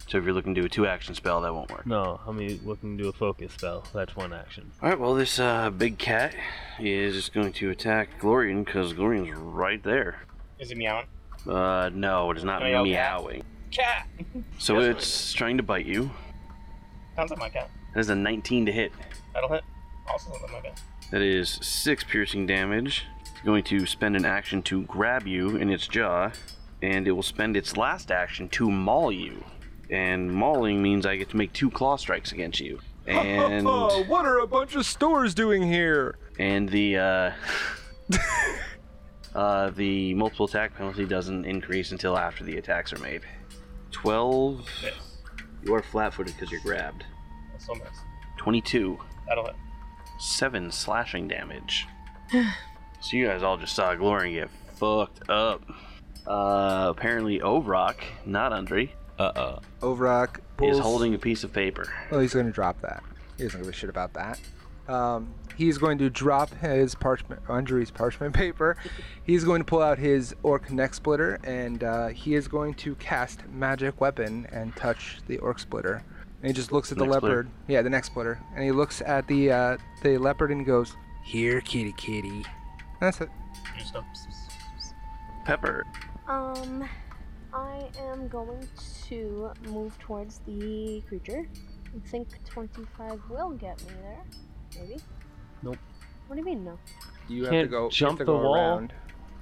So if you're looking to do a two-action spell, that won't work.
No, I'm looking to do a focus spell. That's one action.
All right. Well, this uh, big cat is just going to attack Glorian because Glorian's right there.
Is it meowing?
Uh, no, it is not
Oh, yeah, okay.
meowing.
Cat!
So it's trying to bite you.
Sounds like my cat.
That is a 19 to hit.
That'll hit. Also sounds like my cat.
That is six piercing damage. It's going to spend an action to grab you in its jaw, and it will spend its last action to maul you. And mauling means I get to make two claw strikes against you. And
Uh, what are a bunch of stores doing here?
and the uh, uh, the multiple attack penalty doesn't increase until after the attacks are made. Twelve. You are flat-footed because you're grabbed.
That's so miss.
Twenty-two.
That'll hit.
seven slashing damage. so you guys all just saw Glory get fucked up. Uh, apparently Ovrock, not Andre,
Uh-oh.
Overrock
is
pulls-
holding a piece of paper.
Oh, he's going to drop that. He doesn't give a shit about that. Um, he's going to drop his parchment, Andre's parchment paper. He's going to pull out his orc neck splitter, and uh, he is going to cast magic weapon and touch the orc splitter. And he just looks at the
Neck splitter.
leopard. Yeah, the neck splitter. And he looks at the uh, the leopard and goes, "Here, kitty, kitty." That's it.
You just go.
Pepper.
Um, I am going to move towards the creature. I think 25 will get me there. Maybe.
Nope.
What do you mean no?
You have
Can't
to go.
jump
you have to
the
go
wall.
around.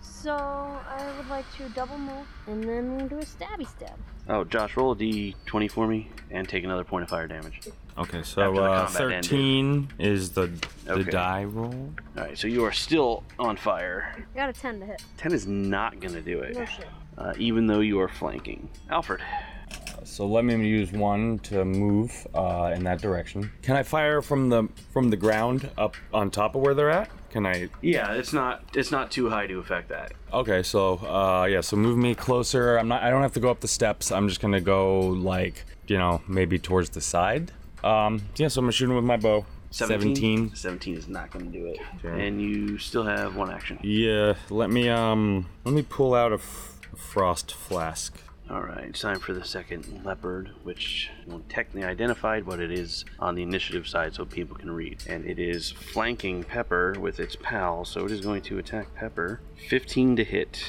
So I would like to double move, and then we'll do a stabby stab.
Oh, Josh, roll a d20 for me and take another point of fire damage.
Okay, so
After the
uh,
combat ended.
13 is the the
Okay.
die roll.
All right, so you are still on fire.
Got a ten to hit.
10 is not going to do it,
No shit.
uh, even though you are flanking. Alfred.
So let me use one to move uh, in that direction. Can I fire from the from the ground up on top of where they're at? Can I?
Yeah, it's not it's not too high to affect that.
Okay, so uh, yeah, so move me closer. I'm not. I don't have to go up the steps. I'm just gonna go like you know maybe towards the side. Um, yeah, so I'm gonna shoot him with my bow.
17? 17 is not going to do it. And you still have one action.
Yeah, let me um let me pull out a f- frost flask.
All right, it's time for the second leopard, which you won't technically identified, but it is on the initiative side so people can read. And it is flanking Pepper with its pal, so it is going to attack Pepper. 15 to hit.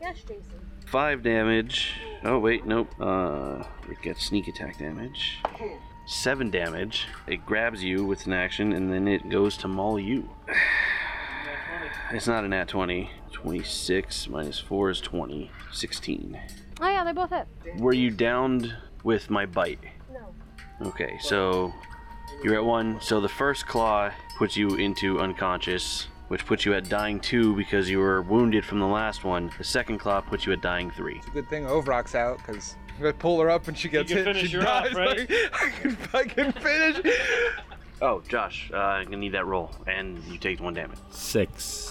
Yes, Jason.
5 damage. Oh, wait, nope. Uh, it gets sneak attack damage. 7 damage. It grabs you with an action, and then it goes to maul you. It's not a nat 20. 26 minus 4 is 20. 16.
Oh yeah, they both hit.
Were you downed with my bite?
No.
Okay, so you're at one. So the first claw puts you into unconscious, which puts you at dying two because you were wounded from the last one. The second claw puts you at dying three.
Good thing Ovrock's out because if I pull her up and she gets
can
hit,
finish
she
her off,
dies.
right?
I can fucking finish.
Oh, Josh, uh, I'm gonna need that roll, and you take one damage.
Six.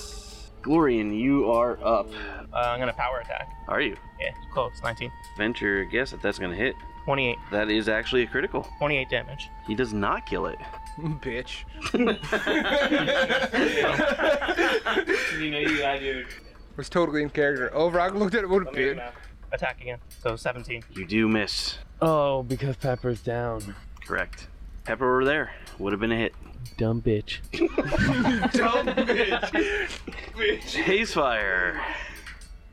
Glorian, you are up.
Uh, I'm gonna power attack.
Are you?
Yeah, close. 19.
Venture a guess that that's gonna hit.
28.
That is actually a critical.
28 damage.
He does not kill it.
Bitch.
you know you add your
was totally in character. Ovrock looked at it. What a bitch.
attack again. So 17.
You do miss.
Oh, because Pepper's down.
Correct. Pepper over there would have been a hit.
Dumb bitch.
Dumb bitch.
Haze fire.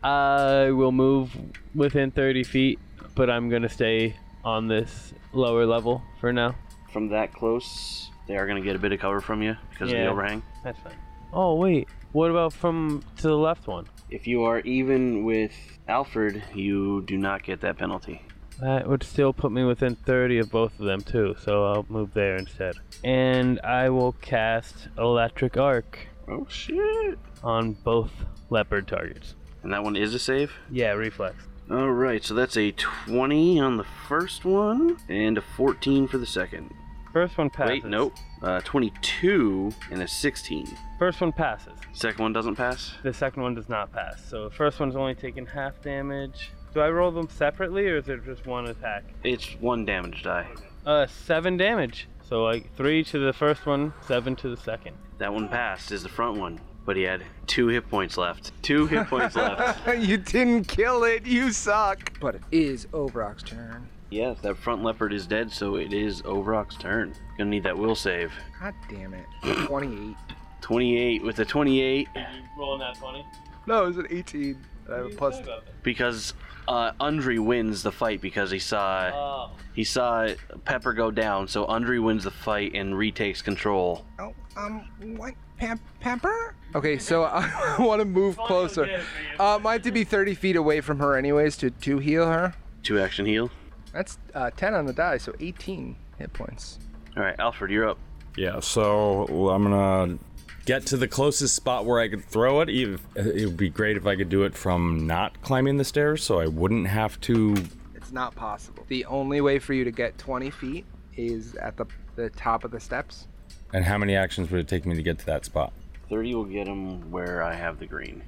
I will move within 30 feet, but I'm going to stay on this lower level for now.
From that close, they are going to get a bit of cover from you because of the
Yeah.
overhang.
That's fine. Oh, wait. What about from to the left one?
If you are even with Alfred, you do not get that penalty.
That would still put me within 30 of both of them, too, so I'll move there instead. And I will cast Electric Arc.
Oh, shit.
On both leopard targets.
And that one is a save?
Yeah, reflex.
All right, so that's a 20 on the first one and a 14 for the second.
First one passes.
Wait, nope. Uh, 22 and a 16.
First one passes.
Second one doesn't pass?
The second one does not pass. So the first one's only taking half damage. Do I roll them separately or is it just one attack?
It's one damage die.
Uh, seven damage. So like three to the first one, seven to the second.
That one passed is the front one, but he had two hit points left. Two hit points left.
you didn't kill it. You suck. But it is Ovrock's turn.
Yes, that front leopard is dead, so it is Ovrock's turn. Gonna need that will save.
God damn it. 28.
28 with a 28
Rolling that 20.
No, it was an 18. I have a plus.
because uh, Undri wins the fight because he saw
Oh.
he saw Pepper go down, so Undri wins the fight and retakes control.
Oh, um, what? Pam- pamper? Okay, so I want to move closer. Um, I have to be 30 feet away from her, anyways, to, to heal her.
Two action heal.
That's uh, 10 on the die, so 18 hit points.
All right, Alfred, you're up.
Yeah, so I'm gonna get to the closest spot where I could throw it. Even it would be great if I could do it from not climbing the stairs, so I wouldn't have to.
It's not possible. The only way for you to get 20 feet is at the, the top of the steps.
And how many actions would it take me to get to that spot?
30 will get him where I have the green.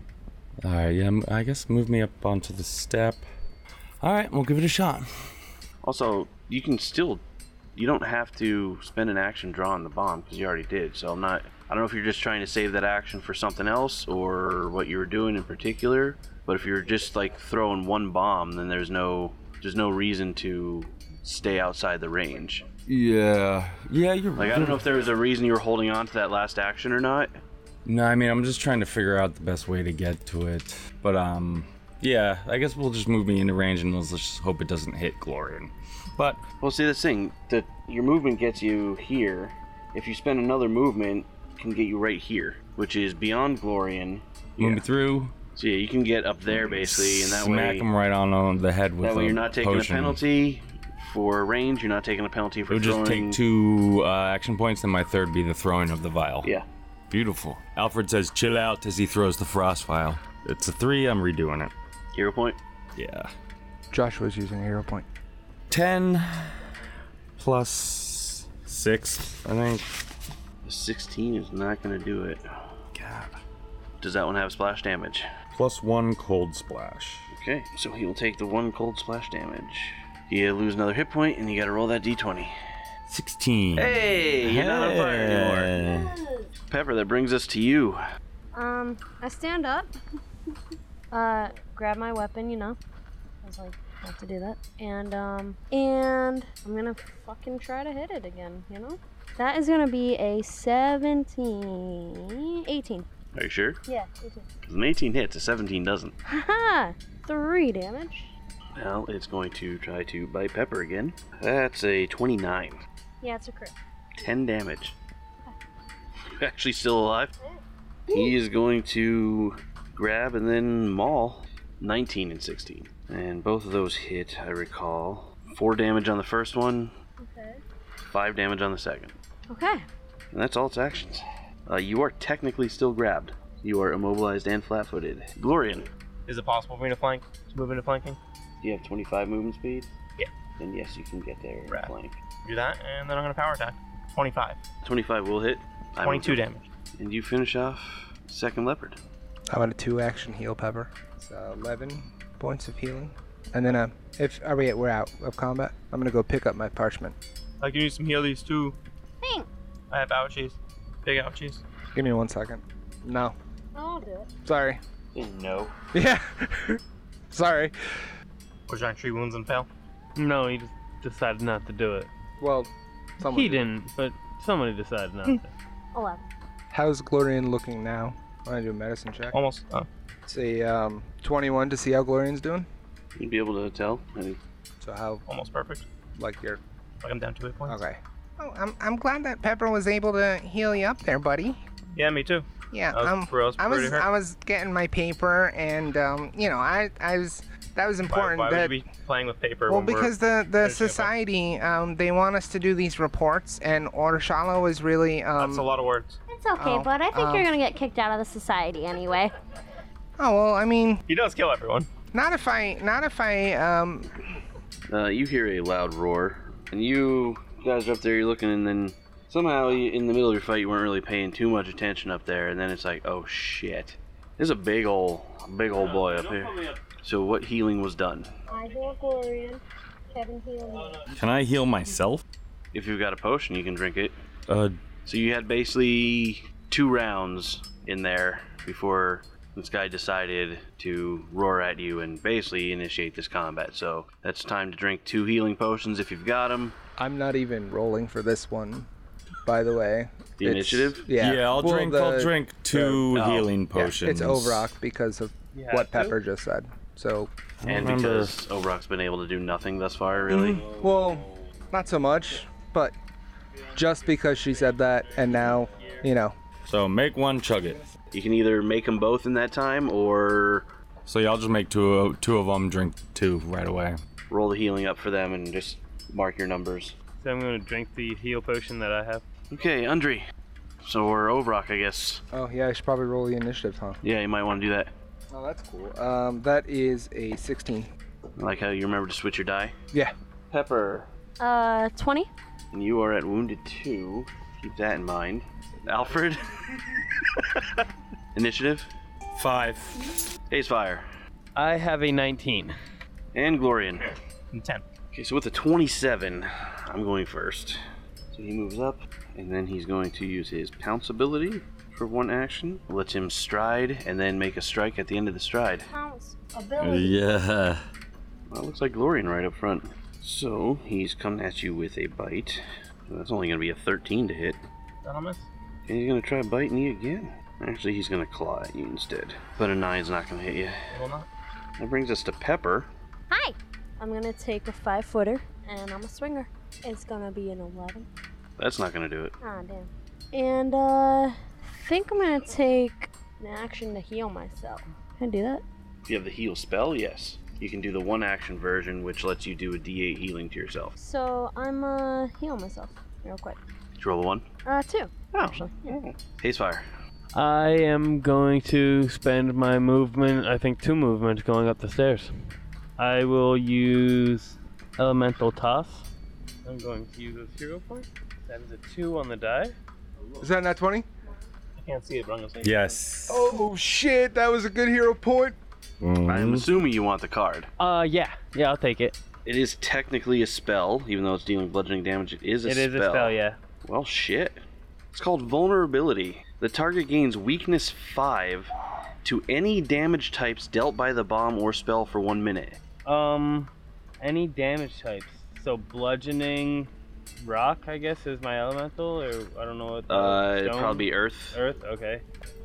All right, yeah, m- I guess move me up onto the step. All right, we'll give it a shot.
Also, you can still you don't have to spend an action drawing the bomb because you already did. So I'm not I don't know if you're just trying to save that action for something else or what you were doing in particular, but if you're just like throwing one bomb, then there's no there's no reason to stay outside the range.
Yeah, yeah, you're
Like I don't know if there was a reason you were holding on to that last action or not.
No, I mean I'm just trying to figure out the best way to get to it. But um, yeah, I guess we'll just move me into range and let's just hope it doesn't hit Glorian. But
well, see this thing that your movement gets you here. If you spend another movement, can get you right here, which is beyond Glorian.
Move it through.
So yeah, you can get up there basically, and that
Smack
way
him right on, on the head with
that way
a
you're not taking
potion.
a penalty for range. You're not taking a penalty
It
for
would just
throwing.
take two uh, action points, and my third be the throwing of the vial.
Yeah.
Beautiful. Alfred says, chill out as he throws the frost vial. It's a three, I'm redoing it.
Hero point?
Yeah.
Joshua's using a hero point.
10 plus 6, I think.
16 is not going to do it.
God.
Does that one have splash damage?
Plus 1 cold splash.
Okay, so he will take the one cold splash damage. You lose another hit point, and you got to roll that d20.
16.
Hey, you're not on fire anymore. Pepper, that brings us to you.
Um, I stand up, uh, grab my weapon, you know. I was like, I have to do that. And, um, and I'm gonna fucking try to hit it again, you know? That is gonna be a 17. 18.
Are you sure?
Yeah, 18.
Because an 18 hits, a 17 doesn't.
Haha! Three damage.
Well, it's going to try to bite Pepper again. That's a 29.
Yeah, it's a crit.
10 damage. You're actually still alive. He is going to grab and then maul 19 and 16. And both of those hit, I recall. 4 damage on the first one,
Okay.
5 damage on the second.
Okay.
And that's all its actions. Uh, you are technically still grabbed. You are immobilized and flat footed. Glorian,
Is it possible for me to flank? To move into flanking?
do you have 25 movement speed?
Yeah.
Then yes, you can get there.
Right.
Flank.
Do that, and then I'm gonna power attack. 25.
25 will hit. I
22
moved up.
damage.
And you finish off second leopard.
I want a two action heal pepper. So 11 points of healing. And then, uh, if are we we're out of combat, I'm gonna go pick up my parchment.
I can use some healies too.
Thanks.
I have ouchies. Big ouchies.
Give me one second. No,
I'll do it.
sorry.
No.
Yeah, sorry.
Was your tree wounds and fail?
No, he just decided not to do it.
Well, someone
he
did.
didn't, but somebody decided not to.
11.
How's Glorian looking now? I want to do a medicine check.
Almost. Oh.
It's a um, 21 to see how Glorian's doing.
You'd be able to tell. And
So how,
Almost perfect.
like your
Like I'm down two hit points.
okay?
Oh, I'm, I'm glad that Pepper was able to heal you up there, buddy.
Yeah, me too.
Yeah,
I was,
um,
I was
I
pretty
was
hurt.
I was getting my paper, and um, you know, I I was that was
why,
important.
why
that,
would you be playing with paper
well,
when we're-
because the the
finishing up?
society um, they want us to do these reports, and Orshala was really um.
That's a lot of words.
It's okay,
Oh,
but I think
um,
you're gonna get kicked out of the society anyway.
Oh well, I mean,
He does kill everyone.
not if I not if I um
uh, you hear a loud roar, and you guys are up there. You're looking, and then somehow you, in the middle of your fight, you weren't really paying too much attention up there. And then it's like, oh shit, there's a big ol' big old boy up here. So what healing was done?
I heal Glorian. Kevin heal
Can I heal myself?
If you've got a potion, you can drink it.
Uh,
So you had basically two rounds in there before this guy decided to roar at you and basically initiate this combat. So that's time to drink two healing potions if you've got them.
I'm not even rolling for this one, by the way.
The
It's-
initiative.
Yeah.
yeah, I'll
Well,
drink.
the-
I'll drink two
Oh.
healing
yeah,
potions.
it's Ovrock because of
Yeah,
what
two.
Pepper just said. So,
I don't
And
remember.
because Obrok's been able to do nothing thus far, really.
well, not so much, but just because she said that, and now, you know,
So make one, chug it.
You can either make them both in that time or
So yeah, I'll just make two of, two of them, drink two right away.
roll the healing up for them and just mark your numbers.
So I'm gonna drink the heal potion that I have.
Okay, Undri. So we're Obrok, I guess.
oh yeah, I should probably roll the initiative, huh?
Yeah, you might want to do that.
Oh, that's cool. Um, that is a 16.
I like how you remember to switch your die.
Yeah.
Pepper,
Uh, 20?
And you are at wounded two. Keep that in mind. Alfred. Initiative.
Five.
Ace fire.
I have a 19.
And Glorian.
And 10.
Okay, so with the 27, I'm going first. So he moves up, and then he's going to use his pounce ability for one action. Let him stride, and then make a strike at the end of the stride.
Pounce. Ability.
Yeah.
Well, it looks like Glorian right up front. So he's coming at you with a bite. That's only going to be a 13 to hit.
That'll miss.
And he's gonna try biting you again. Actually, he's gonna claw at you instead. But a nine's not gonna hit you.
Will not.
That brings us to Pepper.
Hi! I'm gonna take a five footer and I'm a swinger. It's gonna be an 11.
That's not gonna do it.
Ah, damn. And, uh, think I'm gonna take an action to heal myself. Can I do that?
If you have the heal spell, yes. You can do the one action version, which lets you do a D8 healing to yourself.
So I'm uh heal myself real quick.
Did you roll a one?
Uh, two. actually.
Haze fire.
I am going to spend my movement, I think two movements, going up the stairs. I will use Elemental Toss. I'm going to use a hero point. That is a two on the die.
Is that not 20?
I can't see it, but I'm gonna say.
Yes.
Oh shit, that was a good hero point.
Mm.
I'm assuming you want the card.
Uh, yeah, yeah, I'll take it.
It is technically a spell, even though it's dealing bludgeoning damage. It is a
It
spell.
is a spell, yeah.
Well, shit. It's called vulnerability. The target gains weakness five to any damage types dealt by the bomb or spell for one minute.
Um, any damage types. So bludgeoning, rock, I guess, is my elemental, or I don't know what.
Uh, it'd
stone?
probably be earth.
Earth. Okay.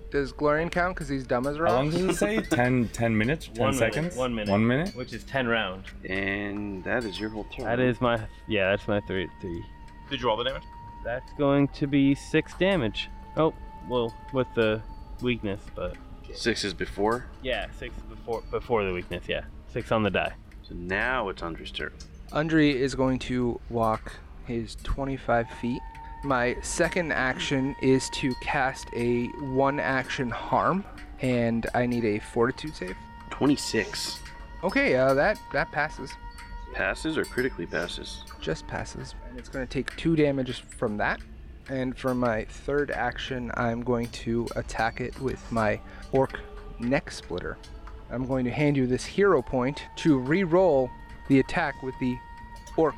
Does Glorian count because he's dumb as rock?
How long does it say? 10, 10 minutes? 10
One minute,
seconds?
one minute.
One minute?
Which is ten rounds.
And that is your whole turn.
That is my yeah. That's my three three.
Did you roll the damage?
That's going to be six damage. Oh, well, with the weakness, but
Six is before.
yeah, six before before the weakness. Yeah, six on the die.
So now it's Undra's turn.
Undri is going to walk his 25 feet. My second action is to cast a one action harm, and I need a fortitude save.
26.
Okay, uh, that, that passes.
Passes or critically passes?
Just passes. And it's going to take two damage from that. And for my third action, I'm going to attack it with my orc neck splitter. I'm going to hand you this hero point to re roll the attack with the orc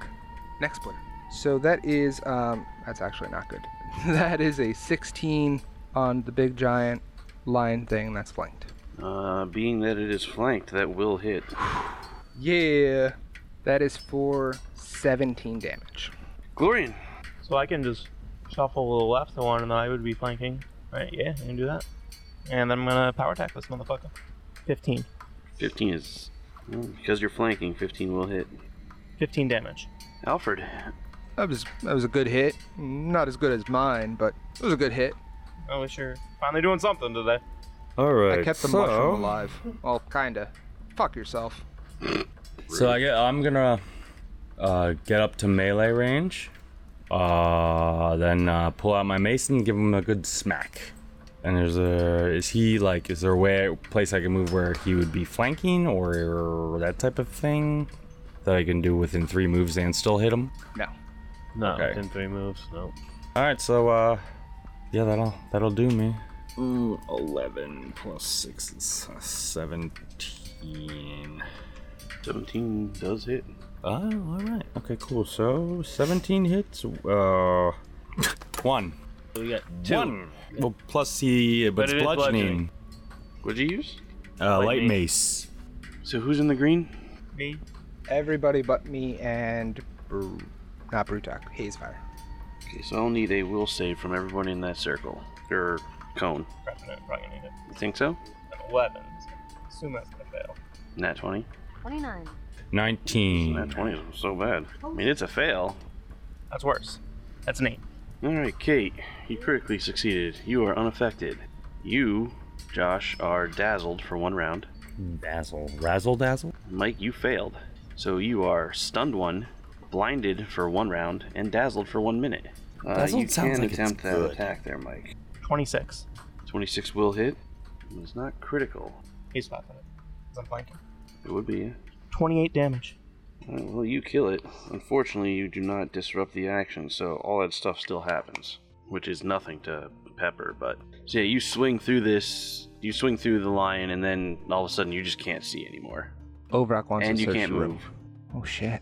neck splitter. So that is, um, that's actually not good. that is a 16 on the big giant lion thing that's flanked.
Uh, being that it is flanked, that will hit.
Yeah, that is for 17 damage.
Glorian,
So I can just shuffle to the left the one, and then I would be flanking. Right? Yeah, I can do that. And then I'm gonna power attack this motherfucker. Fifteen.
15 is. well, because you're flanking, 15 will hit.
Fifteen damage.
Alfred,
That was that was a good hit. Not as good as mine, but it was a good hit.
Oh, sure. Finally doing something today.
All right.
I kept the
so,
mushroom alive. Well, kinda. Fuck yourself.
So I get, I'm gonna uh, get up to melee range, uh, then uh, pull out my mace and give him a good smack. And there's a is he like is there a way place I can move where he would be flanking or that type of thing that I can do within three moves and still hit him?
No.
No,
Okay.
within three moves. No.
All right, so uh, yeah, that'll that'll do me.
Ooh,
11 plus 6 is 17.
17 does hit.
Oh, alright. Okay, cool. So, 17 hits. Uh, one.
So we got two.
One. Well, plus he, but,
But it
it's
is
bludgeoning.
bludgeoning.
What'd you use?
Uh, light,
Lightning.
mace.
So who's in the green?
Me.
Everybody but me and Bru- not Brutok, Hazefire.
Okay, so I'll need a will save from everyone in that circle. Or cone.
Probably gonna- probably gonna need it.
You think so?
An Eleven. So assume that's gonna fail.
Nat 20?
29.
19.
Nat 20 is so bad. I mean, it's a fail.
That's worse. That's an eight.
Alright, Kate, you critically succeeded. You are unaffected. You, Josh, are dazzled for one round.
Dazzle. Razzle dazzle?
Mike, you failed. So you are stunned one, blinded for one round, and dazzled for one minute. Uh,
Dazzled
you
sounds
can
like it's
attempt that
good.
attack there, Mike.
Twenty-six.
26 will hit. It's not critical.
He's not gonna. 'cause I'm flanking.
It would be.
Twenty-eight damage.
Alright, well, you kill it. Unfortunately, you do not disrupt the action, so all that stuff still happens, which is nothing to Pepper. But so yeah, you swing through this, you swing through the lion, and then all of a sudden you just can't see anymore,
Overrock wants
and
to
you
search
can't
the room.
move,
Oh shit.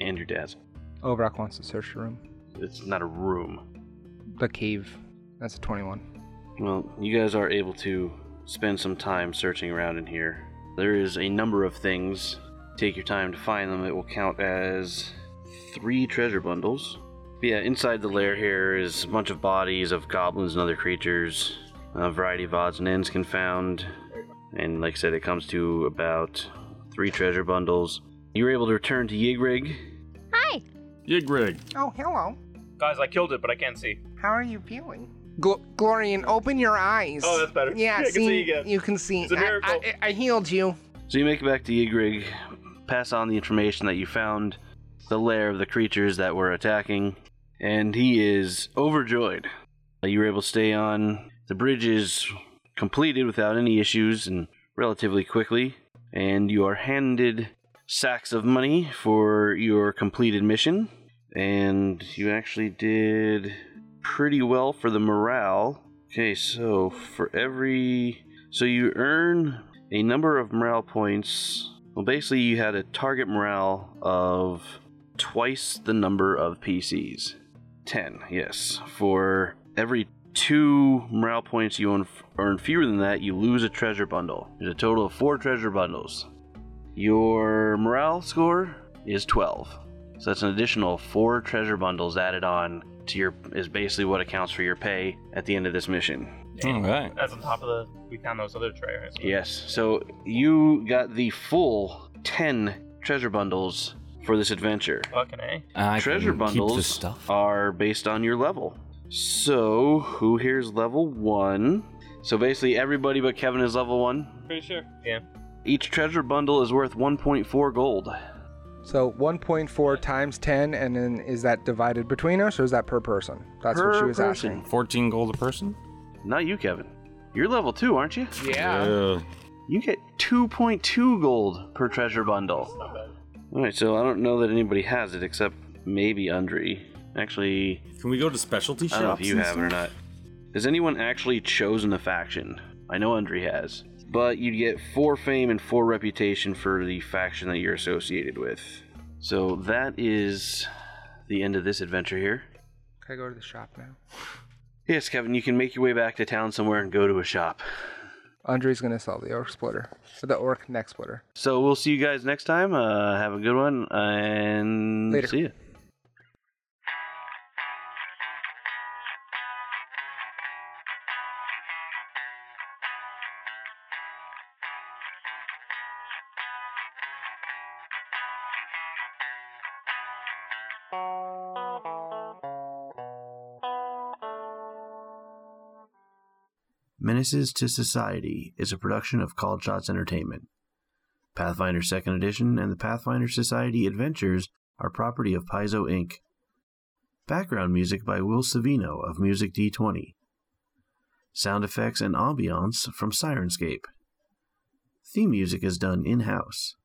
and you're dazzled.
Overrock wants to search the room.
It's not a room.
The cave. That's a 21.
Well, you guys are able to spend some time searching around in here. There is a number of things. Take your time to find them. It will count as three treasure bundles. But yeah, inside the lair here is a bunch of bodies of goblins and other creatures. A variety of odds and ends can found. And like I said, it comes to about three treasure bundles. You were able to return to Yigrig.
Hi.
Yigrig.
Oh, hello.
Guys, I killed it, but I can't see.
How are you feeling? Gl- Glorian, open your eyes.
Oh, that's better.
Yeah,
I can
see,
see again.
you can see.
It's a
I-
miracle.
I, I, I healed you.
So you make it back to Ygrig, pass on the information that you found the lair of the creatures that were attacking, and he is overjoyed. Uh, You were able to stay on. The bridge is completed without any issues and relatively quickly, and you are handed sacks of money for your completed mission. And you actually did pretty well for the morale. Okay, so for every. So you earn a number of morale points. Well, basically, you had a target morale of twice the number of PCs. 10, yes. For every two morale points you earn, earn fewer than that, you lose a treasure bundle. There's a total of four treasure bundles. Your morale score is 12. So that's an additional four treasure bundles added on to your is basically what accounts for your pay at the end of this mission.
All right.
That's on top of the. We found those other trays.
Yes. So you got the full 10 treasure bundles for this adventure.
Fucking A.
I
treasure
can keep the
bundles
stuff.
are based on your level. So, who here's level 1? So basically everybody but Kevin is level 1.
Pretty sure.
Yeah.
Each treasure bundle is worth 1.4 gold.
So 1.4 times 10, and then is that divided between us, or is that per person? That's what
per
she was
person.
asking.
14 gold a person?
Not you, Kevin. You're level 2, aren't you?
Yeah.
You get 2.2 gold per treasure bundle.
Not bad.
All right, so I don't know that anybody has it except maybe Undri. Actually,
Can we go to specialty shops?
I don't know if you
and
have it or
stuff?
not. Has anyone actually chosen a faction? I know Undri has. But you get four fame and four reputation for the faction that you're associated with. So that is the end of this adventure here.
Can I go to the shop now?
Yes, Kevin, you can make your way back to town somewhere and go to a shop.
Andre's gonna sell the orc splitter. Or the orc neck splitter.
So we'll see you guys next time. Uh, have a good one and
Later.
see ya. Menaces to Society is a production of Called Shots Entertainment. Pathfinder 2nd Edition and the Pathfinder Society Adventures are property of Paizo Inc. Background music by Will Savino of Music D20. Sound effects and ambiance from Sirenscape. Theme music is done in house.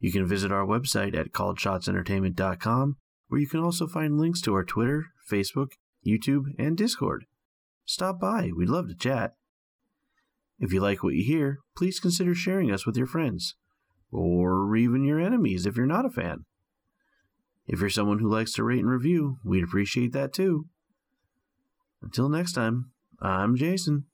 You can visit our website at calledshotsentertainment.com, where you can also find links to our Twitter, Facebook, YouTube, and Discord. Stop by, we'd love to chat. If you like what you hear, please consider sharing us with your friends, or even your enemies if you're not a fan. If you're someone who likes to rate and review, we'd appreciate that too. Until next time, I'm Jason.